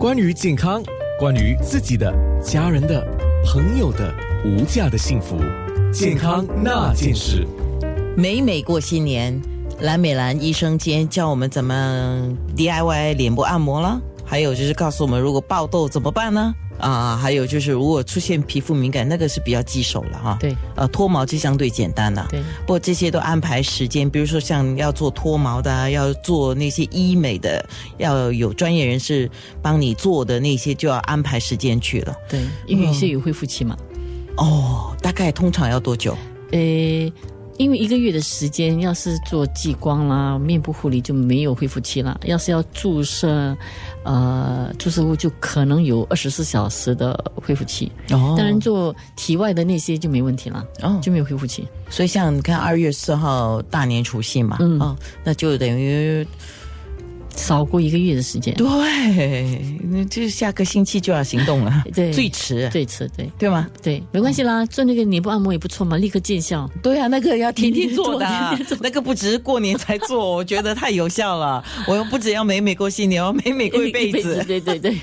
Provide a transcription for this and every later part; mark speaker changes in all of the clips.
Speaker 1: 关于健康，关于自己的、家人的、朋友的无价的幸福，健康那件事。
Speaker 2: 每每过新年，蓝美兰医生今天教我们怎么 DIY 脸部按摩了，还有就是告诉我们如果爆痘怎么办呢？啊，还有就是如果出现皮肤敏感，那个是比较棘手了哈、
Speaker 3: 对，
Speaker 2: 呃，脱毛就相对简单了。
Speaker 3: 对，
Speaker 2: 不过这些都安排时间，比如说像要做脱毛的、啊，要做那些医美的，要有专业人士帮你做的那些，就要安排时间去了。
Speaker 3: 对，因为是有恢复期嘛，
Speaker 2: 哦，大概通常要多久？
Speaker 3: 呃，因为一个月的时间，要是做激光啦、面部护理就没有恢复期了，要是要注射，呃，注射物就可能有二十四小时的恢复期。
Speaker 2: 哦
Speaker 3: 当然，做体外的那些就没问题了，
Speaker 2: 哦
Speaker 3: 就没有恢复期。
Speaker 2: 所以像你看二月四号大年除夕嘛，
Speaker 3: 嗯
Speaker 2: 哦，那就等于
Speaker 3: 少过一个月的时间，
Speaker 2: 对，那就是下个星期就要行动 了，
Speaker 3: 对
Speaker 2: 最迟，
Speaker 3: 对吃对
Speaker 2: 对吗？
Speaker 3: 对，没关系啦，做那个脸部按摩也不错嘛，立刻见效。
Speaker 2: 对啊，那个要天天做的啊，
Speaker 3: 天天做
Speaker 2: 那个不只是过年才做，我觉得太有效了。我又不只要美美过新年，我要美美 过一 辈子。
Speaker 3: 对对对，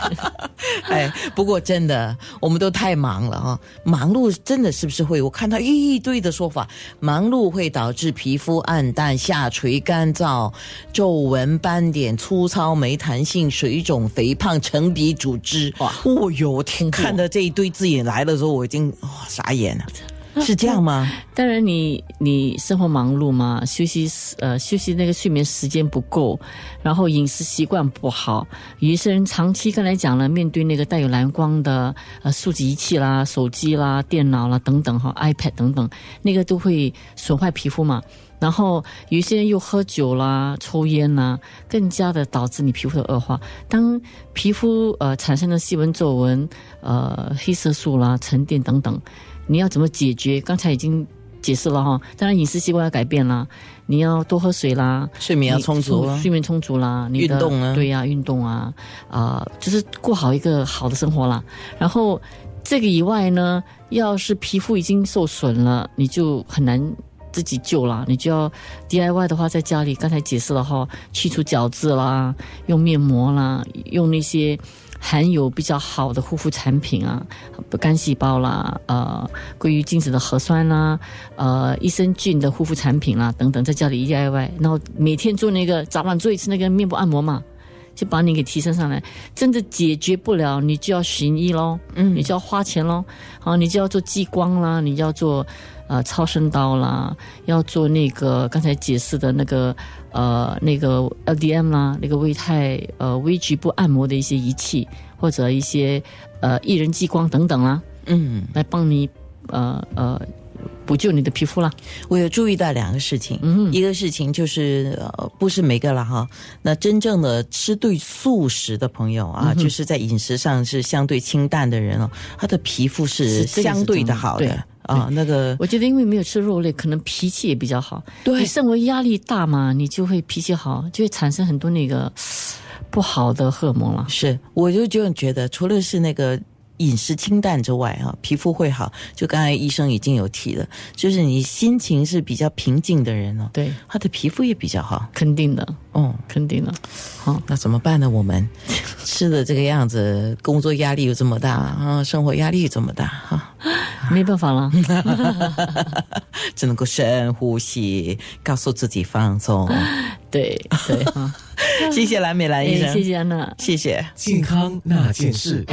Speaker 2: 哎，不过真的，我们都太忙了啊、忙碌真的是不是会？我看到一堆的说法，忙碌会导致皮肤暗淡、下垂、干燥、皱纹、斑点、粗糙、没弹性、水肿、肥胖、成皮组织。哇，哦哟，天，看到这一堆字眼来的时候，我已经哇、傻眼 了。是这样吗？
Speaker 3: 当然你你生活忙碌嘛，休息时呃休息那个睡眠时间不够，然后饮食习惯不好，有一些人长期刚才讲了，面对那个带有蓝光的呃数字仪器啦、手机啦、电脑啦等等哈，iPad 等等，那个都会损坏皮肤嘛。然后有一些人又喝酒啦、抽烟啦，更加的导致你皮肤的恶化。当皮肤呃产生了细纹、皱纹、呃黑色素啦、沉淀等等，你要怎么解决？刚才已经解释了哈。当然饮食习惯要改变啦，你要多喝水啦，
Speaker 2: 睡眠要
Speaker 3: 你
Speaker 2: 充足
Speaker 3: 充
Speaker 2: 啊
Speaker 3: 睡眠充足啦，你的
Speaker 2: 运动啊
Speaker 3: 对呀、运动啊，啊、就是过好一个好的生活啦。然后这个以外呢，要是皮肤已经受损了，你就很难。自己救啦，你就要 DIY 的话，在家里刚才解释了哈，去除角质啦，用面膜啦，用那些含有比较好的护肤产品啊，干细胞啦，呃，归于精子的核酸啦，呃，益生菌的护肤产品啦等等，在家里 DIY，然后每天做那个早晚做一次那个面部按摩嘛，就把你给提升上来。真的解决不了，你就要寻医喽，嗯，你就要花钱喽，啊，你就要做激光啦，你就要做呃超声刀啦，要做那个刚才解释的那个呃那个 LDM 啦，那个微态呃微局部按摩的一些仪器或者一些呃艺人激光等等啦，
Speaker 2: 嗯，
Speaker 3: 来帮你呃呃补救你的皮肤啦。
Speaker 2: 我有注意到两个事情，
Speaker 3: 嗯
Speaker 2: 一个事情就是呃，不是每个了哈。那真正的吃对素食的朋友
Speaker 3: 嗯
Speaker 2: 啊，就是在饮食上是相对清淡的人哦，他的皮肤是
Speaker 3: 是这个是
Speaker 2: 相对的
Speaker 3: 真的
Speaker 2: 好
Speaker 3: 对
Speaker 2: 的啊。那个
Speaker 3: 我觉得因为没有吃肉类，可能脾气也比较好。
Speaker 2: 对
Speaker 3: 你生活压力大嘛，你就会脾气好，就会产生很多那个不好的荷尔蒙了。
Speaker 2: 是，我就就觉得，除了是那个饮食清淡之外啊，皮肤会好。就刚才医生已经有提了，就是你心情是比较平静的人哦，
Speaker 3: 对，
Speaker 2: 他的皮肤也比较好。
Speaker 3: 肯定的，
Speaker 2: 哦，
Speaker 3: 肯定的。
Speaker 2: 那怎么办呢？我 们吃的这个样子，工作压力又这么大啊，生活压力又这么大啊，
Speaker 3: 没办 法了，
Speaker 2: 只能够深呼吸，告诉自己放 松。
Speaker 3: 对对啊，
Speaker 2: 谢谢蓝美兰医
Speaker 3: 哎
Speaker 2: 生，
Speaker 3: 谢谢安娜。
Speaker 2: 谢谢
Speaker 1: 健康那件事。